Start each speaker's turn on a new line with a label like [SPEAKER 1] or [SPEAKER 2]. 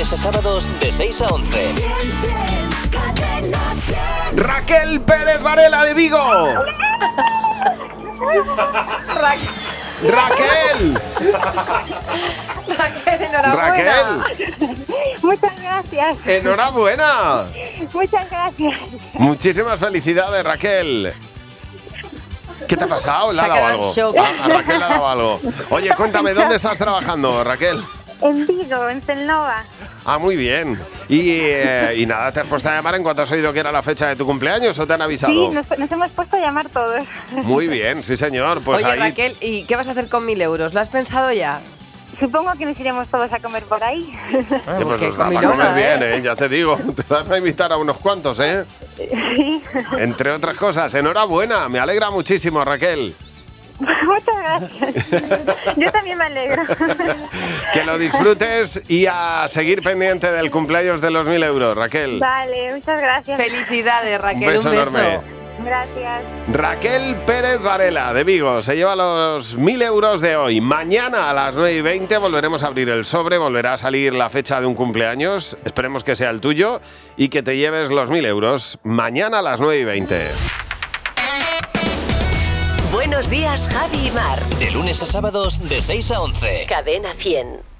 [SPEAKER 1] a sábados de 6 a 11.
[SPEAKER 2] Raquel Pérez Varela de Vigo. Raquel.
[SPEAKER 3] Raquel, enhorabuena.
[SPEAKER 2] Raquel.
[SPEAKER 4] Muchas gracias.
[SPEAKER 2] Enhorabuena.
[SPEAKER 4] Muchas gracias.
[SPEAKER 2] Muchísimas felicidades, Raquel. ¿Qué te ha pasado? ¿Le
[SPEAKER 3] Se
[SPEAKER 2] ha
[SPEAKER 3] ha
[SPEAKER 2] dado
[SPEAKER 3] quedado en
[SPEAKER 2] algo?
[SPEAKER 3] shock.
[SPEAKER 2] A, a Raquel le ha dado algo. Oye, cuéntame, ¿dónde estás trabajando, Raquel?
[SPEAKER 4] En Vigo, en Celnova.
[SPEAKER 2] Ah, muy bien. Y, eh, y nada, ¿te has puesto a llamar en cuanto has oído que era la fecha de tu cumpleaños o te han
[SPEAKER 4] Sí,
[SPEAKER 2] avisado?
[SPEAKER 4] nos, nos hemos puesto a llamar todos.
[SPEAKER 2] Muy bien, sí señor. Pues
[SPEAKER 3] Oye,
[SPEAKER 2] ahí
[SPEAKER 3] Raquel, ¿y qué vas a hacer con mil euros? ¿Lo has pensado ya?
[SPEAKER 4] Supongo que nos iremos todos a comer por ahí.
[SPEAKER 2] Eh, pues
[SPEAKER 3] Qué
[SPEAKER 2] os da para
[SPEAKER 3] comilona,
[SPEAKER 2] comer
[SPEAKER 3] ¿eh?
[SPEAKER 2] bien, ¿eh? ya te digo. Te vas a invitar a unos cuantos, ¿eh? Entre otras cosas, enhorabuena. Me alegra muchísimo, Raquel.
[SPEAKER 4] Muchas gracias. Yo también me alegro.
[SPEAKER 2] Que lo disfrutes y a seguir pendiente del cumpleaños de los mil euros, Raquel.
[SPEAKER 4] Vale, muchas gracias.
[SPEAKER 3] Felicidades,
[SPEAKER 2] Un
[SPEAKER 3] Raquel.
[SPEAKER 2] beso
[SPEAKER 3] Un beso.
[SPEAKER 2] enorme.
[SPEAKER 4] Gracias.
[SPEAKER 2] Raquel Pérez Varela de Vigo se lleva los 1.000 euros de hoy. Mañana a las 9 y 20 volveremos a abrir el sobre, volverá a salir la fecha de un cumpleaños, esperemos que sea el tuyo y que te lleves los 1.000 euros mañana a las 9 y 20.
[SPEAKER 5] Buenos días, Javi y Mar.
[SPEAKER 1] De lunes a sábados de 6 a 11.
[SPEAKER 5] Cadena 100.